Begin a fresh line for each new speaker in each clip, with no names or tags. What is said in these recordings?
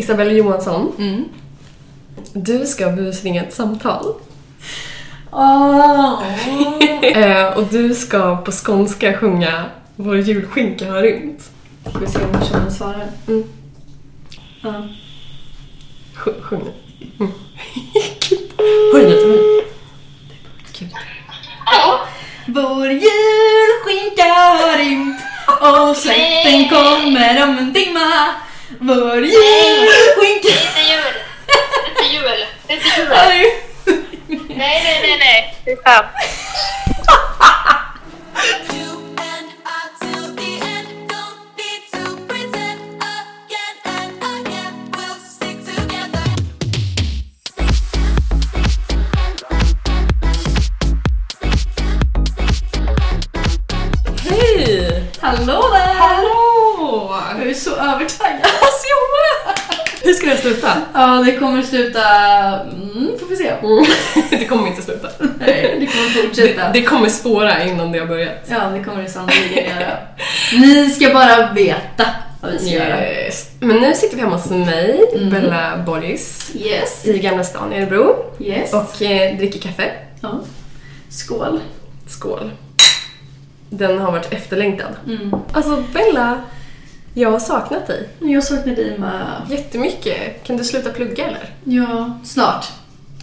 Isabella Johansson,
Mm.
du ska busringa ett samtal.
Oh.
Eh, och du ska på skånska sjunga Vår julskinka har rymt.
Ska vi se om personen svarar?
Mm.
Ja.
Sj- Sjung Mm. nu.
Hörru, hörru.
Gud.
Vår julskinka har rymt och släkten kommer om en timma. Vår
Det
julskinka
är inte jul. Det är inte jul. Det är inte jul.
har rymt.
Nej, nej, nej, nej. Fy fan.
Hej! Hallå där!
Hallå!
Jag är så övertaggad. Alltså jag med!
Hur ska det sluta?
Ja, det kommer sluta... Mm, får vi se.
det kommer inte sluta.
Nej, det kommer fortsätta.
Det, det kommer spåra innan det har börjat.
Ja, det kommer det sannolikt göra. Ni ska bara veta vad vi ska göra.
Yes. Mm. Men nu sitter vi hemma hos mig, Bella Boris,
Yes.
i Gamla stan i Örebro
Yes.
och eh, dricker kaffe.
Ja. Skål.
Skål. Den har varit efterlängtad.
Mm.
Alltså Bella, jag har saknat dig
Jag saknar dig med.
jättemycket. Kan du sluta plugga eller?
Ja, snart.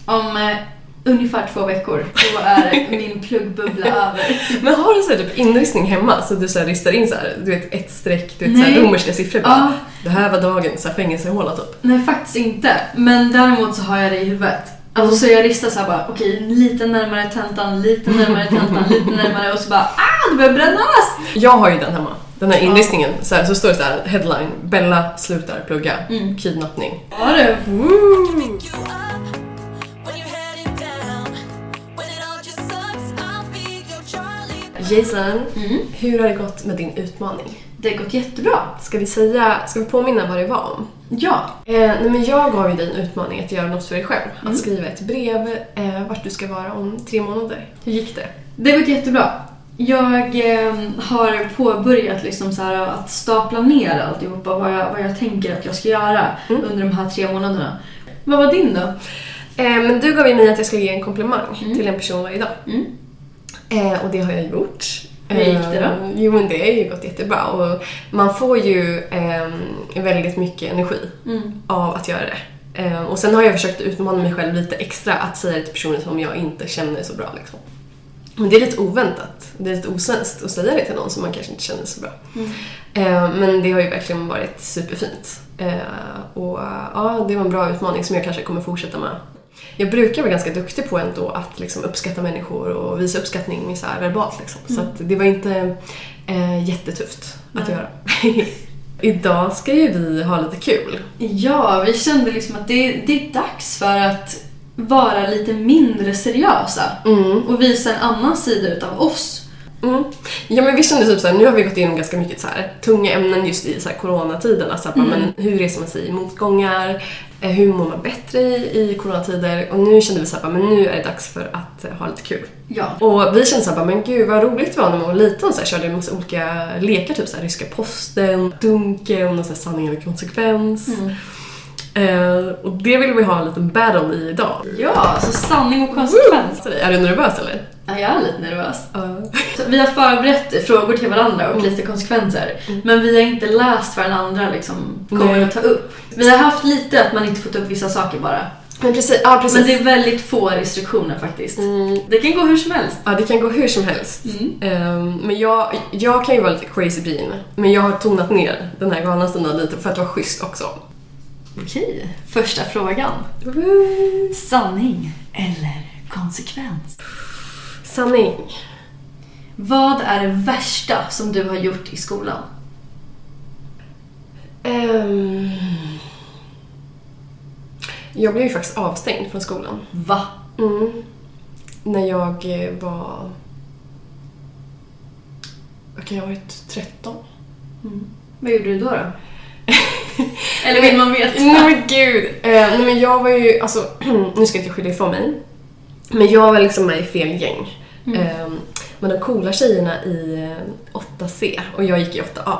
Om eh, ungefär två veckor. Då är min pluggbubbla över.
Men har du så här typ inristning hemma så du så här ristar in så här, du vet ett streck, du vet så
Nej.
här romerska siffror bara.
Ja.
Det här var dagen, så här fängelsehåla typ.
Nej, faktiskt inte. Men däremot så har jag det i huvudet. Alltså så jag ristar såhär bara, okej, lite närmare tentan, lite närmare tentan, lite närmare och så bara ah, det börjar brännas!
Jag har ju den hemma, den här inristningen. Så, här, så står det så här headline, Bella slutar plugga,
Mm.
kidnappning.
Ja du.
Woo! Jason,
Mm.
hur har det gått med din utmaning?
Det har gått jättebra.
Ska vi säga, ska vi påminna vad det var om?
Ja.
Eh, nej men jag gav ju dig en utmaning att göra något för dig själv. Att skriva ett brev eh, vart du ska vara om tre månader. Hur gick det?
Det har gått jättebra. Jag eh, har påbörjat liksom så här att stapla ner alltihopa, vad jag, vad jag tänker att jag ska göra under de här tre månaderna. Vad var din då?
Eh, men du gav ju mig att jag skulle ge en komplimang till en person varje dag.
Mm.
Eh, och det har jag gjort.
Hur gick det då?
Eh, jo men det har ju gått jättebra och man får ju ehm, väldigt mycket energi
Mm.
av att göra det. Eh, och sen har jag försökt utmana mig själv lite extra att säga det till personer som jag inte känner så bra liksom. Men det är lite oväntat. Det är lite osvenskt att säga det till någon som man kanske inte känner så bra. Eh, men det har ju verkligen varit superfint. Eh, och eh, ja, det var en bra utmaning som jag kanske kommer fortsätta med. Jag brukar vara ganska duktig på ändå att liksom uppskatta människor och visa uppskattning med så här verbalt. Liksom. Så att det var inte eh, jättetufft att göra. Idag ska ju vi ha lite kul.
Ja, vi kände liksom att det, det är dags för att vara lite mindre seriösa och visa en annan sida utav oss.
Mm. Ja men vi kände typ såhär, nu har vi gått igenom ganska mycket så här, tunga ämnen just i så här, coronatiden. Alltså att man,
Mm.
men, hur reser man sig i motgångar? Eh, Hur mår man bättre i, i coronatider? Och nu kände vi såhär, men nu är det dags för att eh, ha lite kul.
Ja.
Och vi kände såhär, men gud vad roligt det var när man var liten och så här, körde en massa olika lekar, typ såhär ryska posten, dunken och så här, sanning eller konsekvens.
Mm.
Eh, och det vill vi ha en liten battle i idag.
Ja, så sanning och konsekvens.
Så, Är du nervös eller?
Ja, jag är lite nervös.
Ja.
Så vi har förberett frågor till varandra och lite konsekvenser. Men vi har inte läst vad den andra liksom kommer
Nej.
att ta upp. Vi har haft lite att man inte får ta upp vissa saker bara.
Men precis, ja precis. Mm.
Men det är väldigt få restriktioner faktiskt. Det kan gå hur som helst.
Ja, det kan gå hur som helst.
Mm.
Ehm, men jag, jag kan ju vara lite crazy bean, men jag har tonat ner den här galanstunden lite för att vara schysst också.
Okej, första frågan. Sanning eller konsekvens?
Sanning.
Vad är det värsta som du har gjort i skolan?
Ehm, jag blev ju faktiskt avstängd från skolan.
Va?
Mm. När jag eh, var... Vad kan jag ha varit? 13?
Vad gjorde du då? då? Eller vill man veta?
Nej men gud! Eh, nej men jag var ju, alltså nu ska jag inte skylla ifrån mig. Men jag var liksom med i fel gäng. Ehm, Eh, men de coola tjejerna i eh, 8C och jag gick i 8A.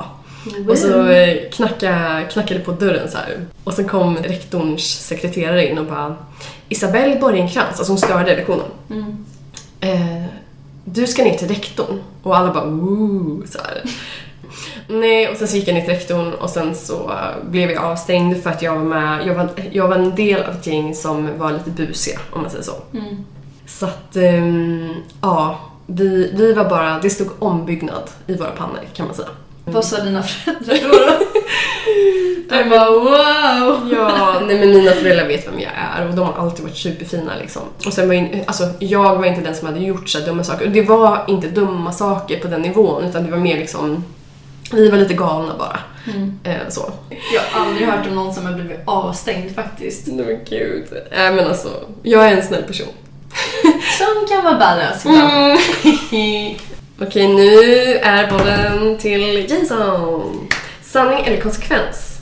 Och så eh, knacka, knackade på dörren så här. Och sen kom rektorns sekreterare in och bara Isabelle Borgenkrantz, alltså hon störde lektionen.
Mm.
Eh, du ska ner till rektorn. Och alla bara ooh, så här. Nej, och sen så gick jag ner till rektorn och sen så eh, blev jag avstängd för att jag var med, jag var, jag var en del av ett gäng som var lite busiga om man säger så.
Mm.
Så att, ehm, ja, vi, vi var bara, det stod ombyggnad i våra pannor kan man säga.
Vad sa dina föräldrar då? då? De bara wow!
Ja, nej men mina föräldrar vet vem jag är och de har alltid varit superfina liksom. Och sen var jag, alltså, jag var inte den som hade gjort så här dumma saker. Och det var inte dumma saker på den nivån utan det var mer liksom, vi var lite galna bara.
Mm.
Eh, så.
Jag har aldrig hört om någon som har blivit avstängd faktiskt.
Nej men gud. Nej men alltså, jag är en snäll person.
Som kan vara badass ibland.
Mm. Okej, nu är bollen till Jason. Sanning eller konsekvens?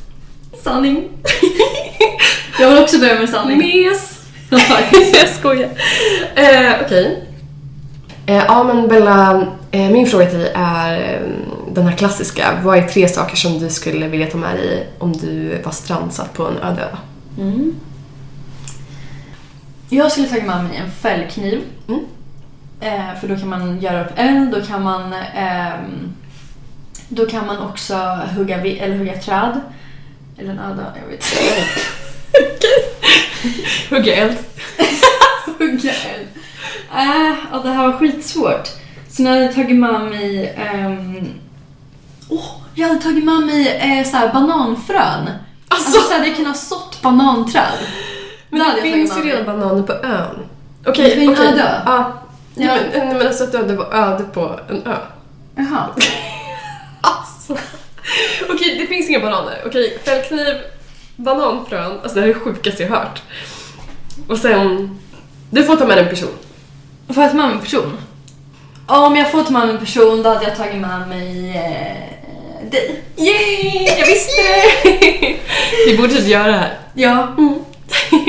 Sanning. Jag vill också börja med sanning.
Mes! jag skojar. Eh, Okej. Eh, ja men Bella, eh, min fråga till dig är eh, den här klassiska. Vad är tre saker som du skulle vilja ta med dig om du var strandsatt på en öde ö?
Mm. Jag skulle tagit med mig en fällkniv.
Mm.
Eh, för då kan man göra upp eld, då kan man, ehm, då kan man också hugga, vi- eller hugga träd. Eller en öda, jag vet inte.
Hugga eld.
hugga eld. Äh, ja, det här var skitsvårt. Så när jag hade tagit med mig... ehm, åh, jag hade tagit med mig eh, så här, bananfrön. Alltså,
Alltså,
så hade jag kunnat sått bananträd.
men
hade
det
jag
finns ju
tagit med
redan bananer på ön.
Det är
Okej,
en
okej.
öde ö.
Ja. Nej,
Ja.
Men, nej men alltså att du hade varit öde på en ö.
Jaha.
Alltså. Okej, det finns inga bananer. Okej, fällkniv, bananfrön. Alltså det här är det sjukaste jag hört. Och sen... Du får ta med en person.
Får jag ta med mig en person? Ja, om jag får ta med mig en person då hade jag tagit med mig eh, dig.
Yay! Jag visste det! Vi borde typ göra det här.
Ja.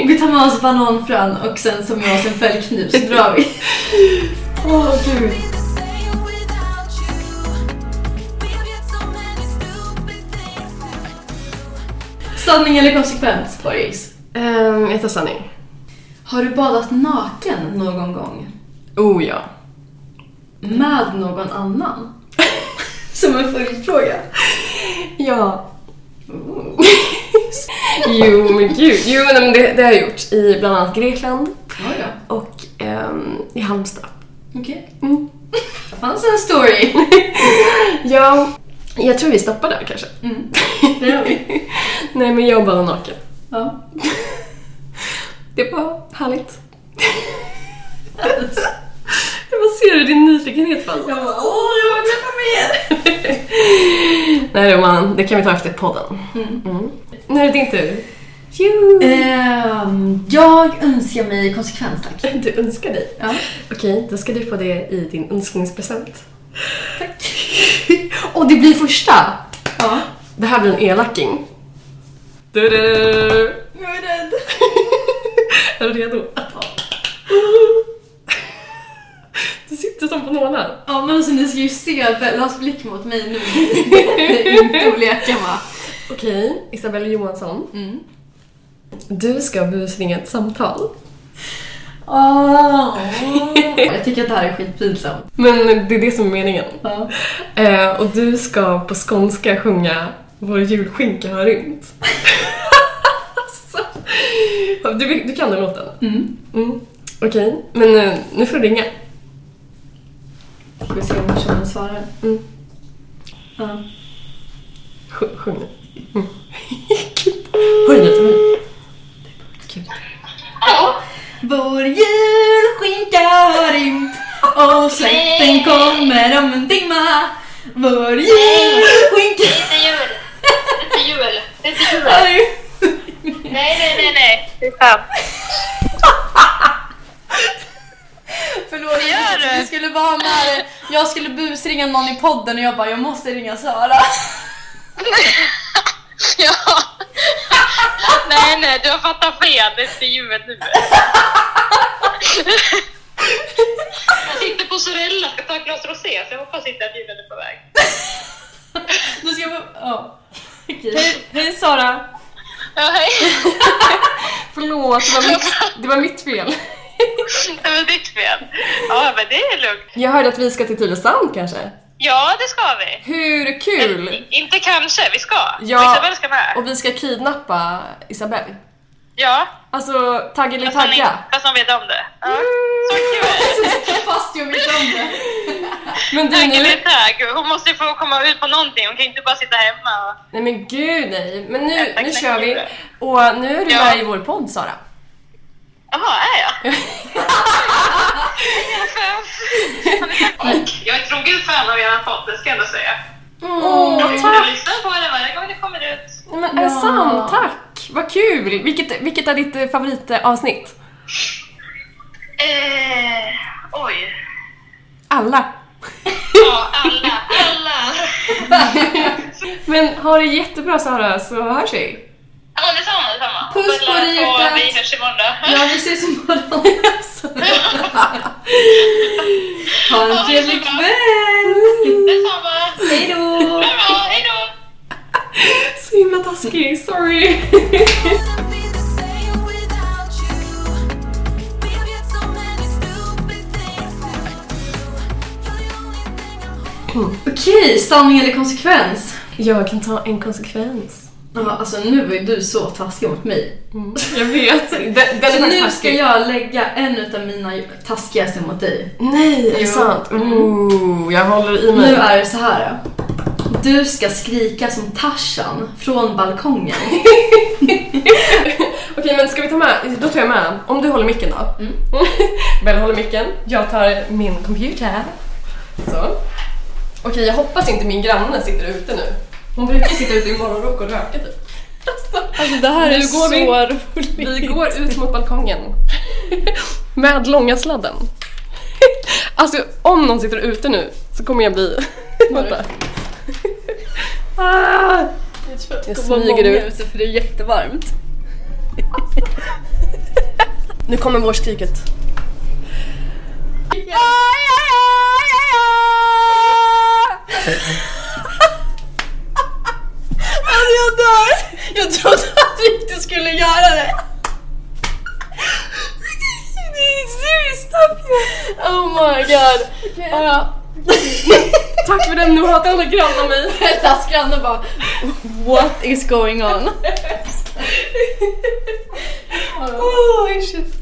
Vi tar med oss bananfrön och sen så med oss en fällkniv så drar vi.
Åh gud.
Sanning eller konsekvens, Borgis?
Um, jag tar sanning.
Har du badat naken någon gång?
Oh ja.
Med någon annan? Som en följdfråga.
Ja.
Oh.
Jo men gud. Jo nej, men det, det har jag gjort i bland annat Grekland
Ja, ja.
och ehm, i Halmstad.
Okej.
Mm.
Det fanns en story.
Ja, jag tror vi stoppar där kanske.
Mm. Det gör vi.
Nej men jag bara naken.
Ja.
Det var härligt. Jag bara ser hur din nyfikenhet alltså? faller.
Jag bara, åh, jag vill träffa mer!
Nej det, man, det kan vi ta efter podden.
Mm.
Mm. Nu är det din tur. Jo.
Ehm, jag önskar mig konsekvens, tack.
Eh, Du önskar dig.
Ja.
Okej, då ska du få det i din önskningspresent.
Tack.
Och det blir första!
Ja.
Det här blir en elaking. Du-du.
Jag är rädd.
Är du redo? Du sitter som på nålar.
Ja, men alltså ni ska ju se Bellas blick mot mig nu. Det är inte att leka va?
Okej, Isabella Johansson.
Mm.
Du ska busringa ett samtal.
Åh. Jag tycker att det här är skitpinsamt.
Men det är det som är meningen.
Ja.
Eh, och du ska på skånska sjunga Vår julskinka har rymt. alltså, du, du kan den låten?
Mm.
Mm. Okej, men eh, nu får du ringa.
Ska vi se om personen svarar.
Mm.
Ja.
Sj- sjung nu. Mm. Gud. Hör du inte mig? Gud.
Hallå?
Vår julskinka har rymt och släkten kommer om en timma. Vår
Det
julskinka
är inte jul. Det är inte jul. Det är inte jul.
har
Nej, nej, nej, nej. Fy fan.
Förlåt,
gör du?
jag skulle vara med Jag skulle busringa någon i podden och jag bara, jag måste ringa Sara.
Ja. Nej, nej, du har fattat fel. Det är inte jul nu. Jag sitter på Sorella och ska ta ett glas rosé, så jag hoppas inte att julen är på väg.
Då ska jag var... Ja. Okej.
Hej, hej Sara!
Ja, hej.
Förlåt, det var mitt, det var mitt fel.
Det var ditt fel. Ja, men det är lugnt.
Jag hörde att vi ska till Tylösand kanske?
Ja, det ska vi.
Hur kul!
I- Inte kanske, vi ska.
Ja.
Och Isabel ska med.
Och vi ska kidnappa Isabelle.
Ja.
Alltså, taggeli
Fast hon,
tagga.
inte- fast hon vet om det. Ja.
Mm.
Så kul!
Fast jag vet om det.
Men du, nu...
Taggeli tagg. Hon måste ju få komma ut på någonting. Hon kan ju inte bara sitta hemma och...
Nej men gud nej. Men nu,
tack,
nu
tack,
kör vi.
tack.
Och nu är du
Ja.
med i vår podd Sara.
Jaha, är jag? jag är trogen fan av er podd, det ska jag ändå säga.
Åh,
Jag
tack!
lyssnar på det varje gång det kommer ut.
Nej, men är det
Ja.
sant? Tack! Vad kul! Vilket, vilket är ditt eh, favoritavsnitt?
Eh, oj.
Alla.
Ja, alla. Alla.
Men ha det jättebra Sara, så hörs vi.
Ja, detsamma, detsamma.
Puss på dig, hjärtat.
Och vi hörs imorgon då.
Ja, vi ses imorgon. Ha
Ja,
en
det är
trevlig
bra.
kväll!
Detsamma.
Hej då!
Bra, bra, hej då.
Så himla taskig, sorry.
Wouldn't be the same without you. Baby, it's so many stupid things I do. You're the only thing I'm
Okej, sanning eller konsekvens?
Jag kan ta en konsekvens.
Ja, alltså nu var ju du så taskig mot mig.
Mm, Jag vet. Den, den är
Så
faktiskt
nu ska
taskig.
jag lägga en av mina taskigaste mot dig.
Nej, är det
Jo.
sant? Mm. Ooh, Oh, jag håller i mig.
Nu är det så här. då. Du ska skrika som Tarzan från balkongen.
Okej, men ska vi ta med? Då tar jag med. Om du håller micken då. Mm. Bella håller micken. Jag tar min computer. Så. Okej, jag hoppas inte min granne sitter ute nu. Hon brukar sitta ute i morgonrock och röka typ.
Alltså det här
Nu
är
går
så
vi.
roligt.
Vi går ut mot balkongen. Med långa sladden. Alltså om någon sitter ute nu så kommer jag bli... Vänta. Ah! Jag smyger ut.
ute för det är jättevarmt.
Nu kommer vårskriket.
Alltså jag dör! Jag trodde att du inte skulle göra det. Serious, stop you. Oh my god. Ja.
Tack för den, nu hatar alla grannar mig.
Hellas granne bara What is going on?
Oh, shit.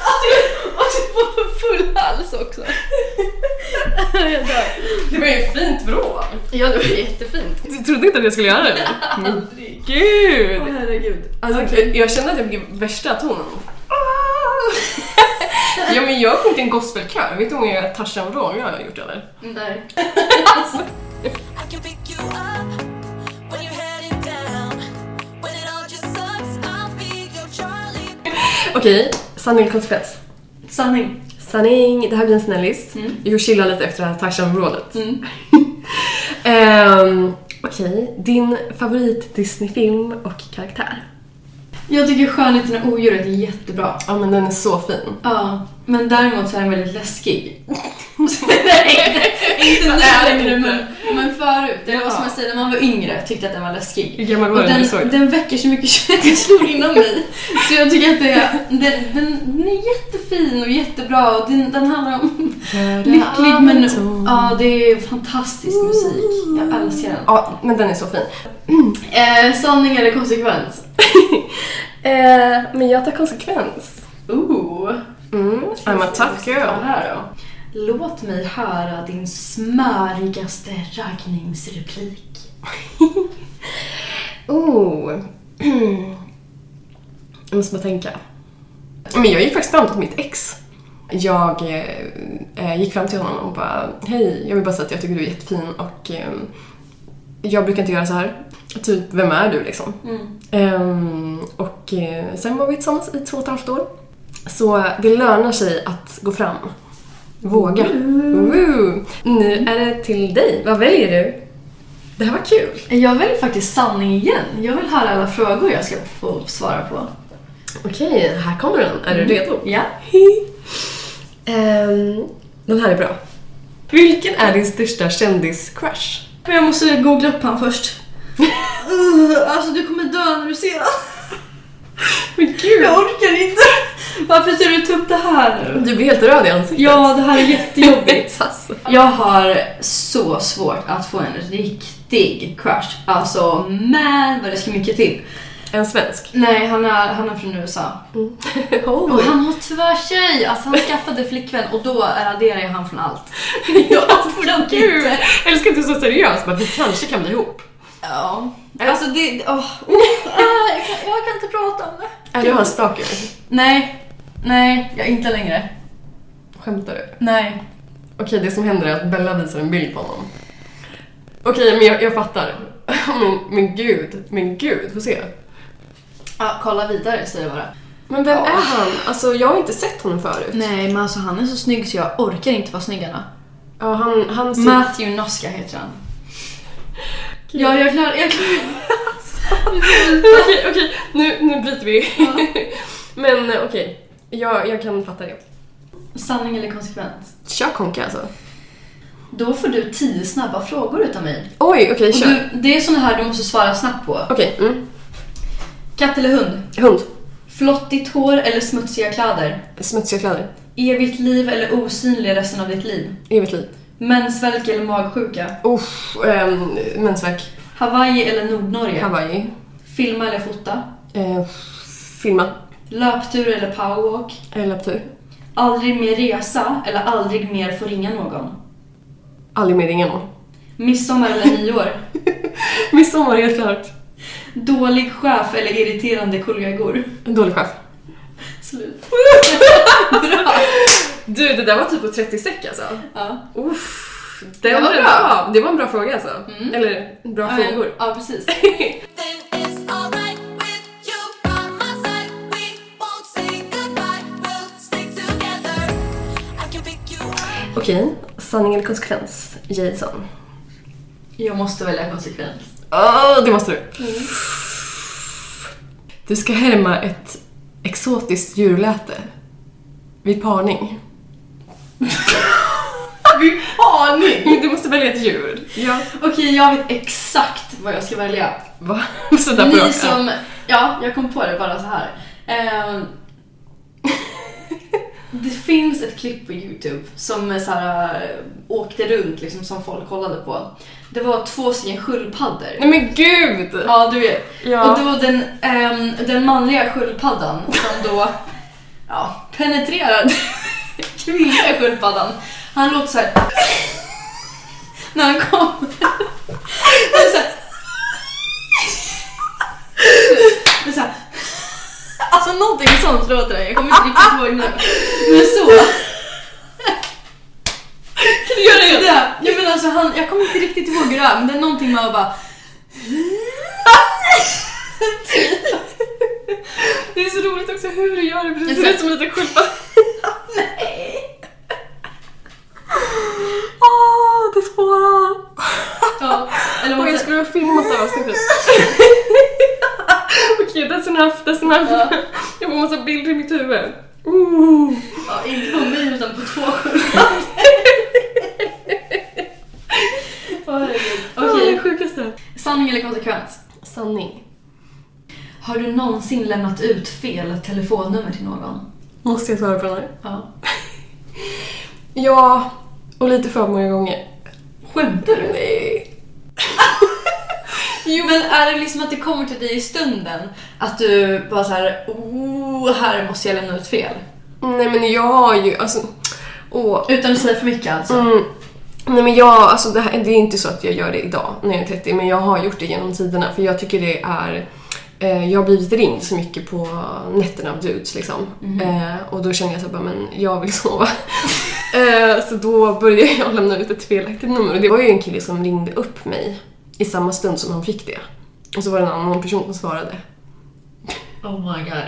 Och du får full hals också. Jag dör.
Det var ju ett fint vrål.
Ja det var jättefint.
Du trodde inte att jag skulle göra det?
Aldrig.
Gud!
Åh, herregud.
Alltså, jag- Jag kände att jag blev värsta tonen. Ah! ja men jag har sjungit en gospelkör. Vet du hur många Tarzan och jag har gjort eller?
Mm,
Nej.
I can pick you up when you're heading down. When it all just sucks, I'll be your Charlie.
Okej, sanning eller konsekvens?
Sanning.
Sanning, det här blir en snällis.
Mm.
Jag chillar lite efter det här Tarzan-vrålet.
Mm.
Ehm, Okej, din favorit Disney-film och karaktär?
Jag tycker Skönheten och odjuret är jättebra.
Ja men den är så fin.
Ja, men däremot så är den väldigt läskig. Nej, inte, inte
är den
nu längre,
inte.
men, men förut. Det var
Ja.
som jag säger, när man var yngre tyckte jag att den var läskig.
Hur gammal var
Och
du när du såg
den,
den?
den väcker så mycket känslor inom mig. Så jag tycker att det är, den, den, den är jättefin och jättebra. Och den, den handlar om lycklig men... Ja, det är fantastisk musik. Jag älskar den.
Ja, men den är så fin.
Eh, sanning eller konsekvens?
Eh, men jag tar konsekvens.
Ooh.
Mm, I'm a tough
Så
girl.
Här då. Låt mig höra din smörigaste raggningsreplik.
Oh. Jag måste bara tänka. Men jag gick faktiskt fram till mitt ex. Jag eh, eh, gick fram till honom och bara Hej, jag vill bara säga att jag tycker du är jättefin och eh, jag brukar inte göra så här. Typ, vem är du liksom?
Mm.
Ehm, och eh, sen var vi tillsammans i två och ett halvt år. Så det lönar sig att gå fram. Våga. Woo. Nu är det till dig. Vad väljer du? Det här var kul.
Jag väljer faktiskt sanning igen. Jag vill höra alla frågor jag ska få svara på.
Okej, här Mm. kommer den. Är du redo?
Ja.
Ehm, den här är bra. Vilken är din största kändis-crush?
Men jag måste googla upp han först. Uh, alltså du kommer dö när du ser honom.
Men gud!
Jag orkar inte. Varför ser du ta upp det här nu?
Du blir helt röd i ansiktet.
Ja, det här är jättejobbigt.
Alltså.
Jag har så svårt att få en riktig crush. Alltså, men vad det ska mycket till.
En svensk.
Nej, han är, han är från USA. Och
Oh.
han har tyvärr tjej! Alltså han skaffade flickvän och då raderar jag han från allt.
ja,
får dock
gud!
inte.
Jag älskar att du är så seriös, men vi kanske kan bli ihop.
Ja. Alltså det... Åh. Ah, jag, kan, jag kan inte prata om det.
Är du hans stalker?
Nej. Nej, jag inte längre.
Skämtar du?
Nej.
Okej, det som händer är att Bella visar en bild på honom. Okej, men jag, jag fattar. Men, men gud, men gud, få se.
Ja, kolla vidare säger jag bara.
Men vem är han? Alltså, jag har inte sett honom förut.
Nej, men alltså han är så snygg så jag orkar inte vara snygg Anna.
Ja, han, han ser...
Matthew Noska heter han. Ja, jag klarar... Jag klarar... Alltså,
Okej, okej, nu, nu bryter vi. men eh, okej, jag, jag kan fatta det.
Sanning eller konsekvens?
Kör Konka alltså.
Då får du tio snabba frågor utav mig.
Oj, okej,
Och
kör.
du, det är såna här du måste svara snabbt på.
Okej, mm.
Katt eller hund?
Hund.
Flottigt hår eller smutsiga kläder?
Smutsiga kläder.
Evigt liv eller osynlig resten av ditt liv?
Evigt liv.
Mensvärk eller magsjuka?
Uff, ähm, mensvärk.
Hawaii eller Nordnorge?
Hawaii.
Filma eller fota?
Eh, filma.
Löptur eller powerwalk?
Eh, Löptur.
Aldrig mer resa eller aldrig mer få ringa någon?
Aldrig mer ringa någon.
Midsommar eller nyår?
Midsommar, helt klart.
Dålig chef eller irriterande kollegor?
En dålig chef.
Slut.
Du, det där var typ på 30 säck alltså.
Ja,
Uff, det
Ja,
var
det
bra. Det var en bra fråga alltså.
Mm.
Eller, bra
ja, men-
frågor.
ja precis.
Then it's alright with you by my side. We won't say goodbye. We'll stick together. I can pick you up.
Okej, sanning eller konsekvens? Jason.
Jag måste välja konsekvens.
Åh, det måste du.
Mm.
Du ska härma ett exotiskt djurläte vid parning.
Vid aning!
Du måste välja ett djur. Ja.
Okej, jag vet exakt vad jag ska välja.
Va? Sådär på
Ni
raka.
som... Ja, jag kom på det bara så här. Ehm, det finns ett klipp på Youtube som så här, eh, åkte runt liksom, som folk kollade på. Det var två stycken sköldpaddor.
Nej men gud!
Ja, du vet.
Ja.
Och det var den, ehm, den manliga sköldpaddan som då ja, penetrerade kvinnliga sköldpaddan. Han låter så här när han kommer. Det är så här- Det är så här. Alltså någonting sånt låter det. Jag kommer inte riktigt ihåg nu. Men så. Kan du göra det? Där. Jag menar alltså han, jag kommer inte riktigt ihåg hur det är men det är någonting med att bara
Det är så roligt också hur du gör det, för det ser ut som en liten sköldpadda. Åh, det spårar!
Ja, eller
Och
vad
jag
jag skulle...
skulle ha filmat det här avsnittet. Okej, that's enough, that's enough.
Ja.
Jag får massa bilder i mitt huvud. Ooh.
ja, inte på mig utan på två
Okej,
Okej,
det sjukaste.
sanning eller konsekvens?
Sanning.
Har du någonsin lämnat ut fel telefonnummer till någon?
Måste jag svara på den här?
Ja.
Ja, och lite för många gånger.
Skämtar du?
Nej.
Jo. Men är det liksom att det kommer till dig i stunden? Att du bara så här, oh, här måste jag lämna ut fel.
Nej men jag har ju, alltså... Åh,
Utan att säga för mycket alltså.
Mm. Nej men jag, alltså det, här, det är inte så att jag gör det idag när jag är 30 men jag har gjort det genom tiderna för jag tycker det är eh, jag har blivit ringd så mycket på nätterna av dudes liksom. Eh, och då känner jag så här bara, men jag vill sova. eh, så då började jag lämna ut ett felaktigt nummer och det var ju en kille som ringde upp mig i samma stund som han fick det. Och så var det en annan person som svarade.
Oh my god.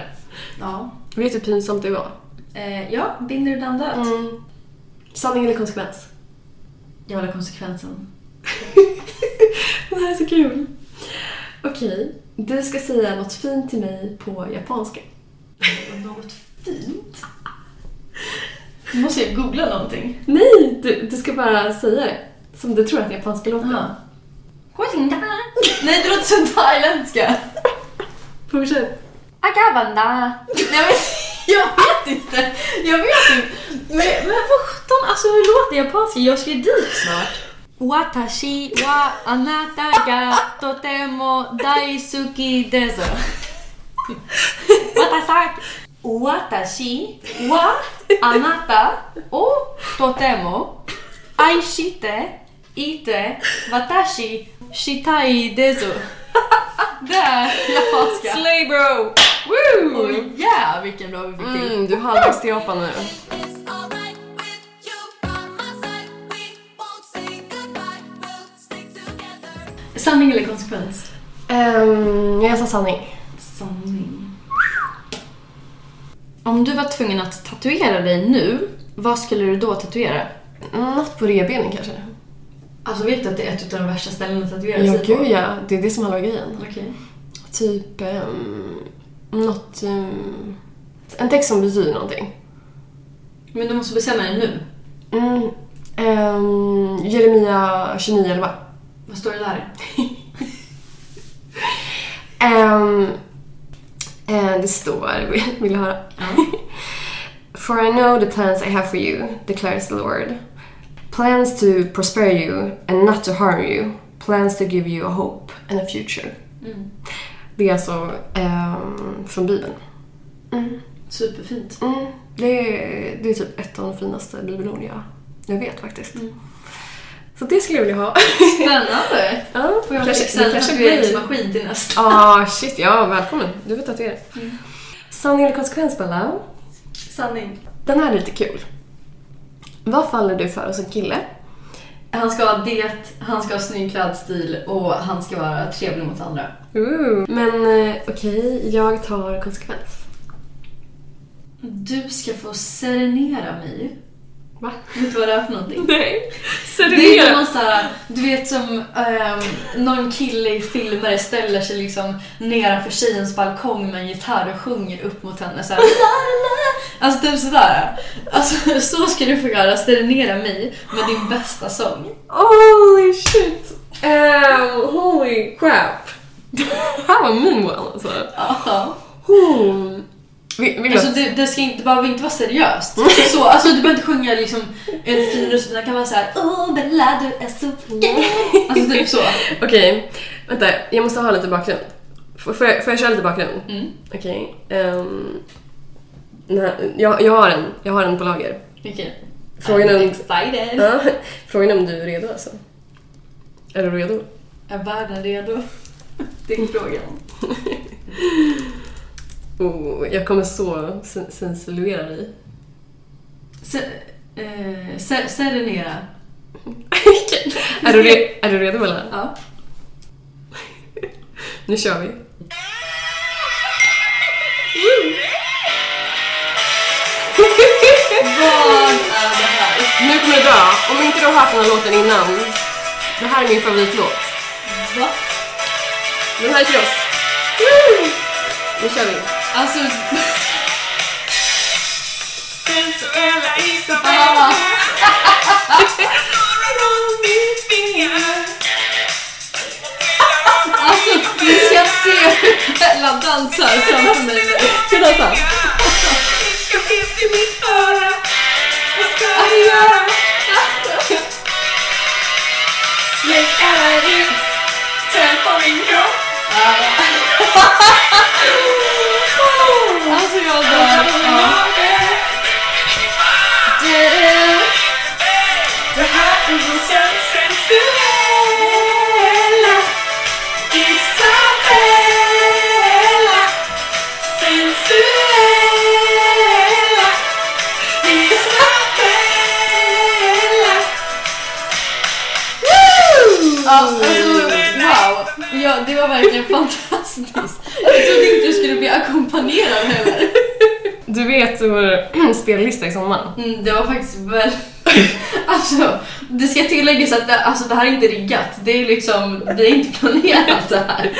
Ja.
Vet du hur pinsamt det var?
Eh, ja, binder du den död?
Mm. Sanning eller konsekvens?
Jag vill ha konsekvensen.
Det här är så kul. Okej, du ska säga något fint till mig på japanska.
Något fint? Nu måste jag googla någonting.
Nej, du, du ska bara säga det. Som du tror att japanska låter.
Jaha. Nej, det låter som thailändska.
Fortsätt.
Agavanda. Nej men jag vet inte. Jag vet inte. Men, men vad sjutton, alltså hur låter japanska? Jag ska ju dit snart. Watashi wa anata ga totemo daisuki desu. Watasaki. Watashi wa anata o totemo aishite ite watashi shitai desu. Det är japanska.
Slay bro!
Åh
Woo!
yeah, vilken bra vi fick till.
Mm, du halvvägs till Japan nu.
It's alright with you by my side. We won't say goodbye. We'll stick together.
Mm. Sanning eller konsekvens?
Um, jag sa sanning.
Sanning. Om du var tvungen att tatuera dig nu, vad skulle du då tatuera?
Något på revbenen kanske.
Alltså vet du att det är ett av de värsta ställena att tatuera
Ja,
sig på?
gud ja. Det är det som är halva grejen.
Okej.
Typ um, något... ehm, en text som betyder någonting.
Men du måste bestämma dig nu.
Mm, ehm, Jeremia 2911.
Vad står det där?
Ehm, eh, det står... Vill du höra? For I know the plans I have for you, declares the Lord. Plans to prosper you and not to harm you. Plans to give you a hope and a future.
Mm.
Det är alltså ehm, från Bibeln.
Superfint.
Mm, det, är, det är typ ett av de finaste bibelorden jag, jag vet faktiskt. Så det skulle jag vilja ha.
Spännande!
ja,
Får jag
kanske-
fixa en
det kanske blir...
tatueringsmaskin till nästa?
Ah, shit, ja, välkommen. Du får tatuera. Sanning eller Mm. konsekvens, Bella?
Sanning.
Den här är lite kul. Vad faller du för hos en kille?
Han ska ha det, han ska ha snygg klädstil och han ska vara trevlig mot andra.
Ooh. Men eh, okej, jag tar konsekvens.
Du ska få serenera mig.
Va?
Vet du vad det är för någonting?
Nej.
Det är inte någon såhär, du vet som ehm, någon kille i filmer ställer sig liksom nedanför tjejens balkong med en gitarr och sjunger upp mot henne såhär la, la. Alltså typ sådär. Alltså så ska du få göra, serenera mig med din bästa sång.
Holy shit! Ehm, holy crap! Det här var min one alltså.
Ja.
Hmm. Vill, vill du
Alltså
att-
det, det ska inte, det behöver inte vara seriöst. Så, alltså du behöver inte sjunga liksom en fin röst, utan det kan vara såhär Åh Bella du är så fin. Alltså typ så.
Okej, vänta. Jag måste ha lite bakgrund. F- Får jag, får jag köra lite bakgrund?
Mm.
Okej. ehm, nej, jag, jag, har en, jag har en på lager.
Okej.
Frågan är
I'm
om,
Excited.
Ja, frågan är om du är redo alltså. Är du redo?
Är världen redo? Det är frågan.
Oh, jag kommer så sen- sensuellera dig.
Se, eh, se, serenera.
Okej. är, du re- är du redo Bella?
Ja.
Nu kör vi.
Vad är det här?
Nu kommer du dö. Om inte du har hört den här låten innan. Det här är min favoritlåt.
Va?
Den här är till oss. Woo! Nu kör vi.
Alltså...
Sensuella Isabella
Ah,
snurrar runt mitt finger.
alltså, du ska se hur Bella dansar framför mig nu.
Ska vi dansa?
Du ska finnas i mitt öra. Vad ska vi göra? Släck alla ljus. Tänd på min kropp.
Alltså jag dör. Ja.
Det här är vår sensuella Isabella Sensuella Isabella
Alltså, wow. Ja, det var verkligen fantastiskt. Jag trodde inte du skulle bli ackompanjerad heller.
Du vet vår spellista i sommar.
Mm, det var faktiskt väl... alltså, det ska tilläggas att det, alltså, det här är inte riggat. Det är liksom, vi har inte planerat det här.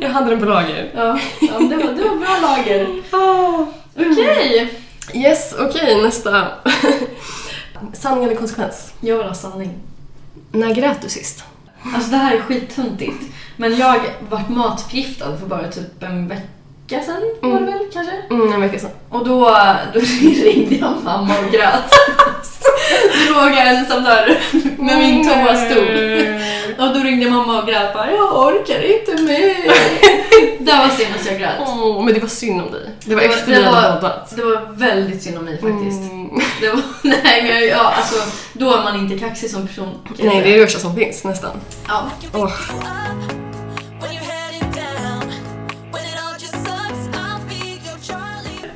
Jag hade den på lager. Ah.
Ja, ja men det, var, det var bra lager. Okej,
Yes, okej nästa. Sanning eller konsekvens?
Jag vill ha sanning.
När grät du sist?
Alltså det här är skittöntigt. Men jag vart matförgiftad för bara typ en vecka sedan var det väl kanske?
Mm, en vecka sedan.
Och då, då ringde jag mamma och grät. Så låg jag ensam där med min toastol.
Mm.
Och då ringde mamma och grät bara jag orkar inte mer. det var senast jag grät.
Åh, men det var synd om dig. Det var
Det var-
efter
det
vi hade
var-
poddat.
Det var väldigt synd om mig faktiskt.
Mm.
Det var, nej men ja, alltså då är man inte kaxig som person. kan jag
Nej,
säga.
det är det värsta som finns nästan.
ja.
Åh.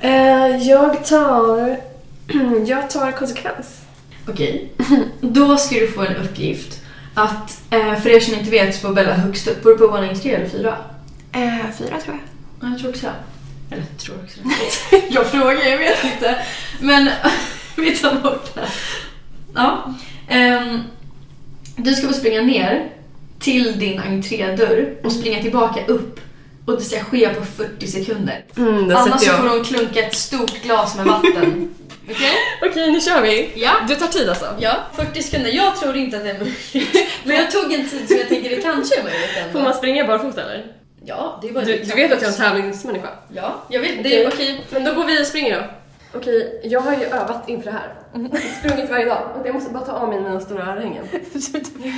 Eh, jag tar... Jag tar konsekvens.
Okej. Då ska du få en uppgift. Att, eh, för er som inte vet så bor Bella högst upp. Bor du på våning tre eller fyra?
Eh, fyra tror jag.
Ja, jag tror också det. Eller jag tror också det. jag frågar, jag vet inte. Men vi tar bort det. Ja. Ehm, du ska få springa ner till din entrédörr och springa tillbaka upp. Och det ska ske på 40 sekunder.
Mm, där
Annars
sätter
så
jag.
får hon klunka ett stort glas med vatten. Okej?
Okej, nu kör vi.
Ja.
Du tar tid alltså.
Ja, 40 sekunder. Jag tror inte att det är möjligt. Men jag tog en tid som jag tänker det kanske är möjligt ändå.
Får man springa barfota eller?
Ja, det är bara
Du, du vet att jag är en tävlingsmänniska.
Ja, jag vet. Det är okej.
Men då går vi och springer då. Mm. Okej, jag har ju övat inför det här. Sprungit varje dag. Och jag måste bara ta av mig mina stora örhängen.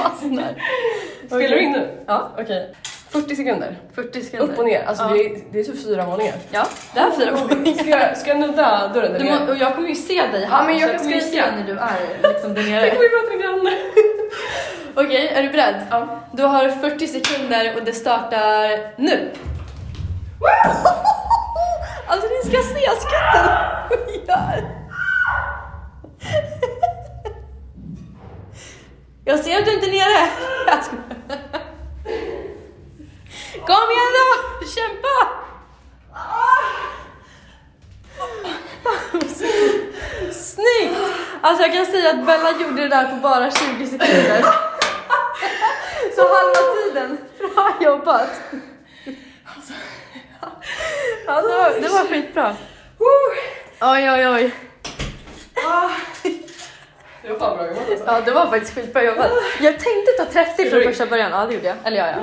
Fastnar.
Spelar du in nu? Ja. Okej. 40 sekunder.
40 sekunder.
Upp och ner. Alltså
Ja.
det, är, det är typ fyra våningar.
Ja, det här firar vi.
Ska jag, ska jag nudda dörren?
Du må, och jag kommer ju se dig här.
Ja, men jag
så
kan
kommer ju se
skrika.
när du är liksom där nere.
vi prata med grannen.
Okej, är du beredd? Ja. Du har 40 sekunder och det startar nu. Alltså ni ska se skatten hon gör. Jag ser att du inte är nere. Jag skojar. Kom igen då! Kämpa! Snyggt! Alltså jag kan säga att Bella gjorde det där på bara 20 sekunder. Så halva tiden. Bra jobbat! Alltså, det, var, det var skitbra. Oj, oj, oj.
Det var fan bra jobbat alltså.
Ja, det var faktiskt skitbra jobbat. Jag tänkte ta 30 från första början. Ja, det gjorde jag. Eller ja, ja.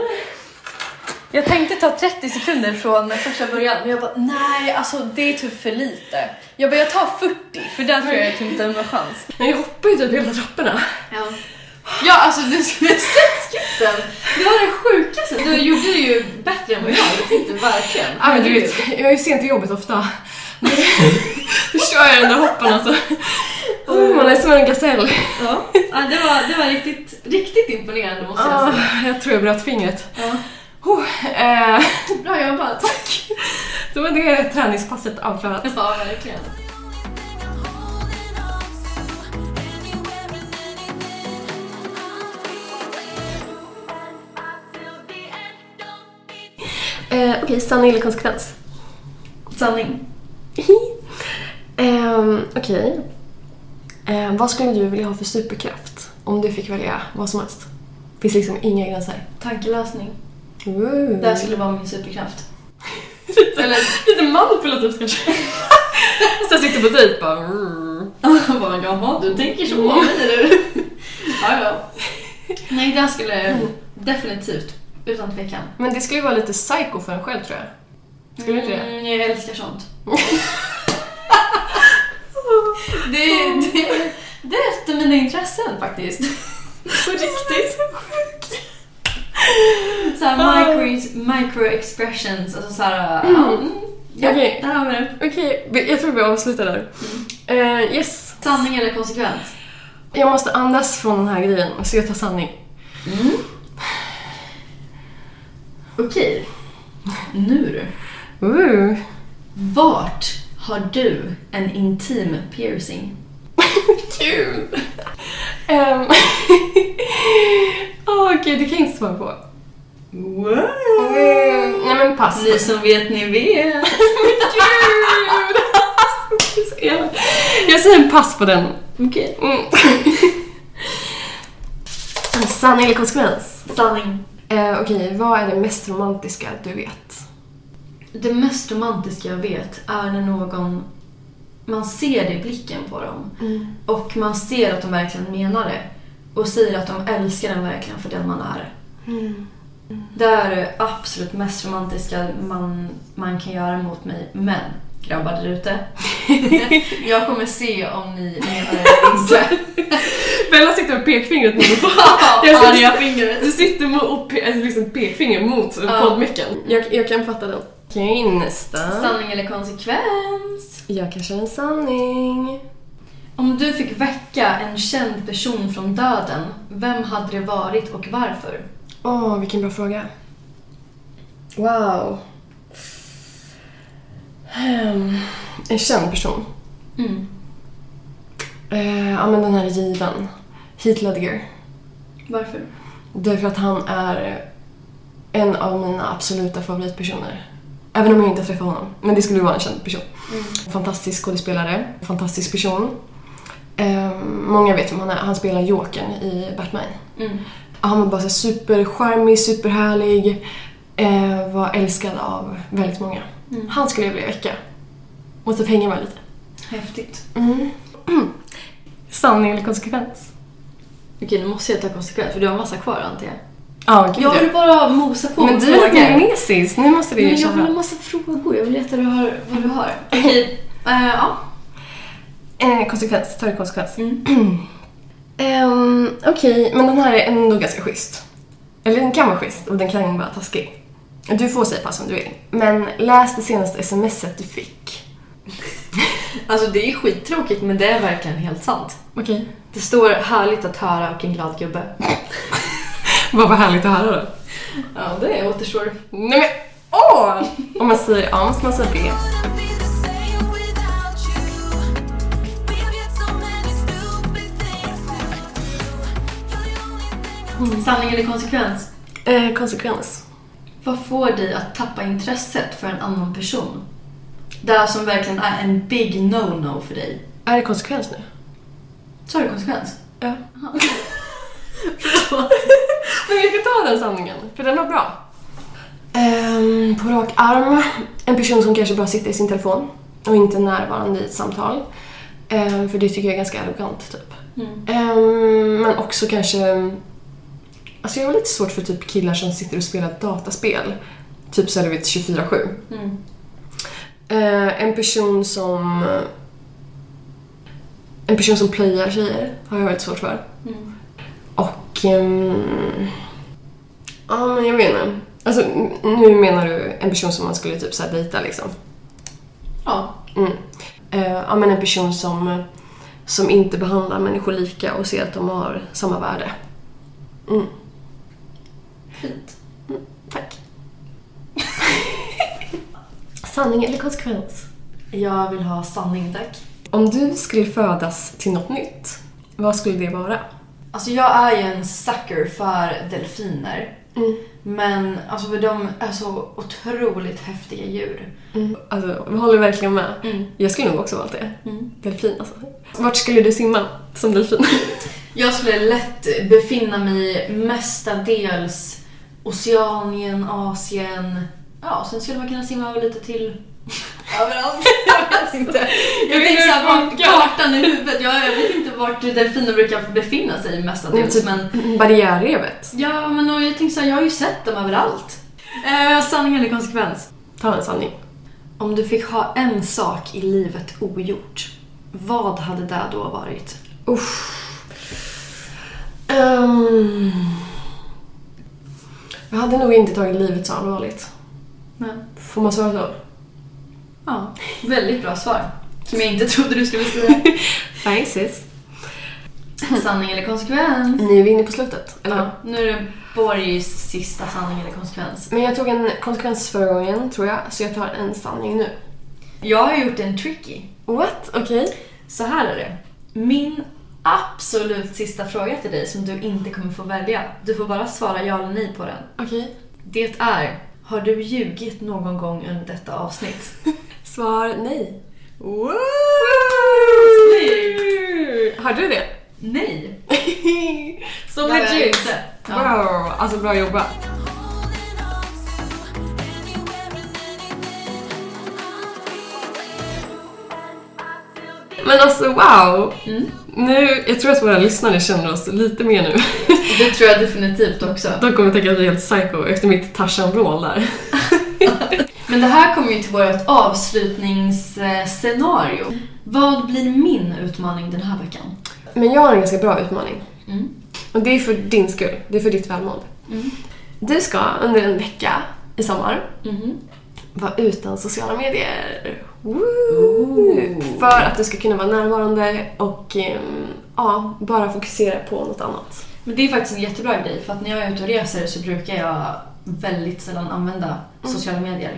Jag tänkte ta 30 sekunder från första början, men jag bara nej, alltså det är typ för lite. Jag bara jag tar 40, för där tror jag
Mm.
jag inte har någon chans.
Men jag hoppar ju typ hela trapporna.
Ja. ja, alltså du skulle ha sett skatten. Det var det sjukaste. Du gjorde det ju bättre än vad jag hade tänkt verkligen.
Ja men du vet, jag är ju sent till jobbet ofta. Då kör jag den där hoppen alltså. Oh, man är som en gasell.
Ja. Ja, det, var, det var riktigt, riktigt imponerande måste jag
Ah,
säga.
jag tror jag bröt fingret.
Ja.
Oh, eh,
Bra jobbat.
då var det träningspasset avklarat.
Ja, verkligen.
Eh, Okej, sanning eller konsekvens?
Sanning.
Ehm, Okej. Ehm, vad skulle du vilja ha för superkraft om du fick välja vad som helst? finns liksom inga gränser.
Tankelösning.
Ooh.
Det här skulle vara min superkraft.
lite,
Eller
lite manipulativt kanske. Sen sitter på dejt bara... mm.
bara, jaha, du tänker så om mig du. ja, ja. Nej, det här skulle definitivt, utan tvekan.
Men det skulle ju vara lite psycho för en själv tror jag. Skulle inte det?
Mm, jag älskar sånt. det, det, det är efter mina intressen faktiskt. På riktigt. Såhär micro, micro expressions, alltså såhär... ja, Mm. Ja,
Okej.
där har vi det.
Okej, vi- jag tror vi avslutar där. Eh, yes.
Sanning eller konsekvens?
Jag måste andas från den här grejen, så jag tar sanning.
Mm. Okej. Nu du.
Ooh.
Vart har du en intim piercing?
Kul! Ehm, Åh gud, det kan jag inte svara på. Mm, nej men pass.
Ni som vet, ni vet.
Gud! jag säger en pass på den.
Okej.
Mm. Sanning eller konsekvens?
Sanning.
Eh, Okej, vad är det mest romantiska du vet?
Det mest romantiska jag vet är när någon man ser det i blicken på dem. Och man ser att de verkligen menar det. Och säger att de älskar den verkligen för den man är. Det är det absolut mest romantiska man, man kan göra mot mig. Men grabbar där ute. jag kommer se om ni menar det eller inte.
Bella sitter med pekfingret mot
Ja,
Jag
arga
syns-
fingret.
Du sitter med och pe- alltså liksom pekfinger mot
Ja.
poddmicken. Jag, jag kan fatta den. Okej, nästa.
Sanning eller konsekvens?
Jag kanske är en sanning.
Om du fick väcka en känd person från döden, vem hade det varit och varför?
Åh, vilken bra fråga. Wow. Ehm, en känd person.
Mm.
Eh, ja, men den här är given. Heath Ledger.
Varför?
Därför att han är en av mina absoluta favoritpersoner. Även om jag inte träffar honom. Men det skulle vara en känd person.
Mm.
Fantastisk skådespelare, fantastisk person. Ehm, många vet vem han är. Han spelar Jokern i Batman.
Mm.
Han var bara så här supercharmig, superhärlig. Eh, var älskad av väldigt många.
Mm.
Han skulle jag vilja väcka. Och typ hänga med lite.
Häftigt.
Sanning eller konsekvens?
Okej, nu måste jag ta konsekvens för du har massa kvar antar jag.
Ja, gud
Jag vill bara mosa på
Men
med
du är lite kinesisk, nu måste du
Nej,
ju
jag vill ha
köra.
massa frågor. Jag vill veta vad du har- vad du har. Okej, eh, ja.
Eh, konsekvens, ta det konsekvens. Mm. Ehm, Okej, men den här är ändå ganska schysst. Eller den kan vara schysst och den kan vara taskig. Du får säga pass om du vill. Men läs det senaste smset du fick.
Alltså det är skittråkigt men det är verkligen helt sant.
Okej.
Det står härligt att höra och en glad gubbe.
Vad var härligt att höra då.
Ja, det återstår.
Nej men åh! Om man säger A måste man säga B.
Would I be the same without you? We have yet so many stupid things to do. You're the only thing I'm
Sanning eller konsekvens?
Eh, konsekvens.
Vad får dig att tappa intresset för en annan person? Det här som verkligen är en big no-no för dig.
Är det konsekvens nu?
Så har du konsekvens.
Ja.
Förlåt.
Men vi ska ta den sanningen, för den var bra. Ehm, på rak arm, en person som kanske bara sitter i sin telefon och inte är närvarande i ett samtal. Ehm, för det tycker jag är ganska arrogant, typ. Ehm, men också kanske... Alltså jag har lite svårt för typ killar som sitter och spelar dataspel. Typ så här, du vet 24-7.
Mm.
Eh, en person som... En person som plöjer tjejer har jag väldigt svårt för.
Mm.
Och... ehm, Ja, men jag menar. Alltså, n- nu menar du en person som man skulle typ så här dejta liksom.
Ja.
Mm. Eh, ja, men en person som, som inte behandlar människor lika och ser att de har samma värde. Mm.
Fint.
Tack. Sanning eller konsekvens?
Jag vill ha sanning tack.
Om du skulle födas till något nytt, vad skulle det vara?
Alltså jag är ju en sucker för delfiner. Men alltså för de är så otroligt häftiga djur.
Alltså, jag håller verkligen med. Jag skulle nog också valt det. Delfin alltså. Vart skulle du simma som delfin?
Jag skulle lätt befinna mig mestadels Oceanien, Asien. Ja, sen skulle man kunna simma över lite till överallt. Jag vet inte. Jag,
vet
tänker
hur det
såhär vart
funkar.
kartan i huvudet. Jag, jag vet inte vart delfiner brukar befinna sig mestadels.
typ
Men,
Mm. barriärrevet.
ja, men och jag tänker såhär, jag har ju sett dem överallt. Eh, sanning eller konsekvens?
Ta en sanning.
Om du fick ha en sak i livet ogjort, vad hade det då varit?
Usch. Ehm. jag hade nog inte tagit livet så allvarligt.
Nej.
Får man svara så?
Ja, väldigt bra svar. Som jag inte trodde du skulle säga.
Nej, sis.
Sanning eller konsekvens?
Nu är vi inne på slutet, eller hur?
Nu är det Borgs sista sanning eller konsekvens.
Men jag tog en konsekvens förra gången, tror jag, så jag tar en sanning nu.
Jag har gjort en tricky.
What? Okej.
Så här är det. Min absolut sista fråga till dig som du inte kommer få välja. Du får bara svara ja eller nej på den.
Okej.
Det är, har du ljugit någon gång under detta avsnitt?
Svar nej. Wow! Hörde du det?
Nej!
Som
Det har jag
legit!
inte. Ja.
Wow, alltså bra jobbat.
holding on to. Anywhere and anything. I'll be there.
Men alltså wow!
Mm.
Nu, jag tror att våra lyssnare känner oss lite mer nu.
Det tror jag definitivt också.
De kommer tänka att vi är helt psycho efter mitt Tarzan-vrål där.
Men det här kommer ju till vårt avslutningsscenario. Vad blir min utmaning den här veckan?
Men jag har en ganska bra utmaning.
Mm.
Och det är för din skull. Det är för ditt välmående.
Mm.
Du ska under en vecka i sommar
Mhm.
vara utan sociala medier. Woo!
Ooh.
För att du ska kunna vara närvarande och ehm, ja, bara fokusera på något annat.
Men det är faktiskt en jättebra grej för att när jag är ute och reser så brukar jag väldigt sällan använda sociala medier.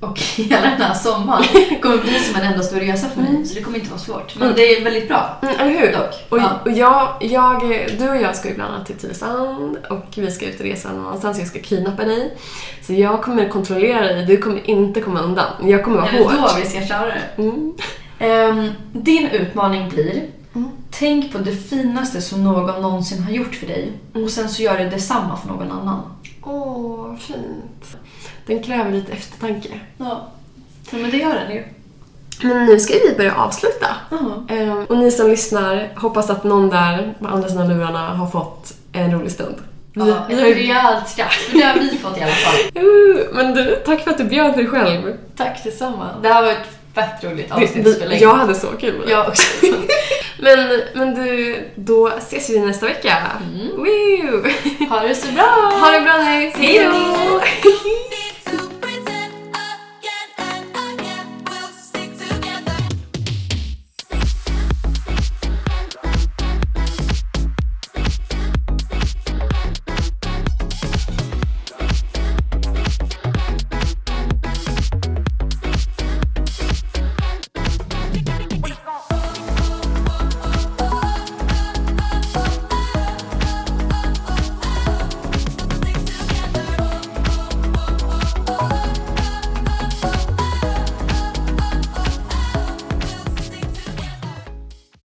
Och hela den här sommaren kommer bli som en enda stor resa för mig så det kommer inte vara svårt. Men det är väldigt bra.
Mm, eller hur?
Dock,
Och,
ja.
och jag, jag, du och jag ska ju bland annat till Tylösand och vi ska ut och resa någonstans. Jag ska kidnappa dig. Så jag kommer kontrollera dig. Du kommer inte komma undan. Jag kommer vara
Det är
hård.
då vi ska köra det.
Mm.
Ehm, din utmaning blir
Mm.
Tänk på det finaste som någon någonsin har gjort för dig och sen så gör du detsamma för någon annan.
Åh, fint. Den kräver lite eftertanke.
Ja, men det gör den ju.
Men nu ska vi börja avsluta.
Ja.
Ehm, Och ni som lyssnar, hoppas att någon där på andra sidan lurarna har fått en rolig stund. Vi-
Ja,
vi har
ett
ju-
rejält skratt, för det har vi fått i alla fall.
Uh, Men du, tack för att du bjöd dig själv.
Tack detsamma. Det här var ett fett roligt
Du-
avsnitt
vi-
att spela in.
jag hade så kul med det.
Jag också.
Men, men du, då ses vi nästa vecka. Woo!
Mm. Ha det så bra!
Ha det bra, hej!
Hej då!
Hej då!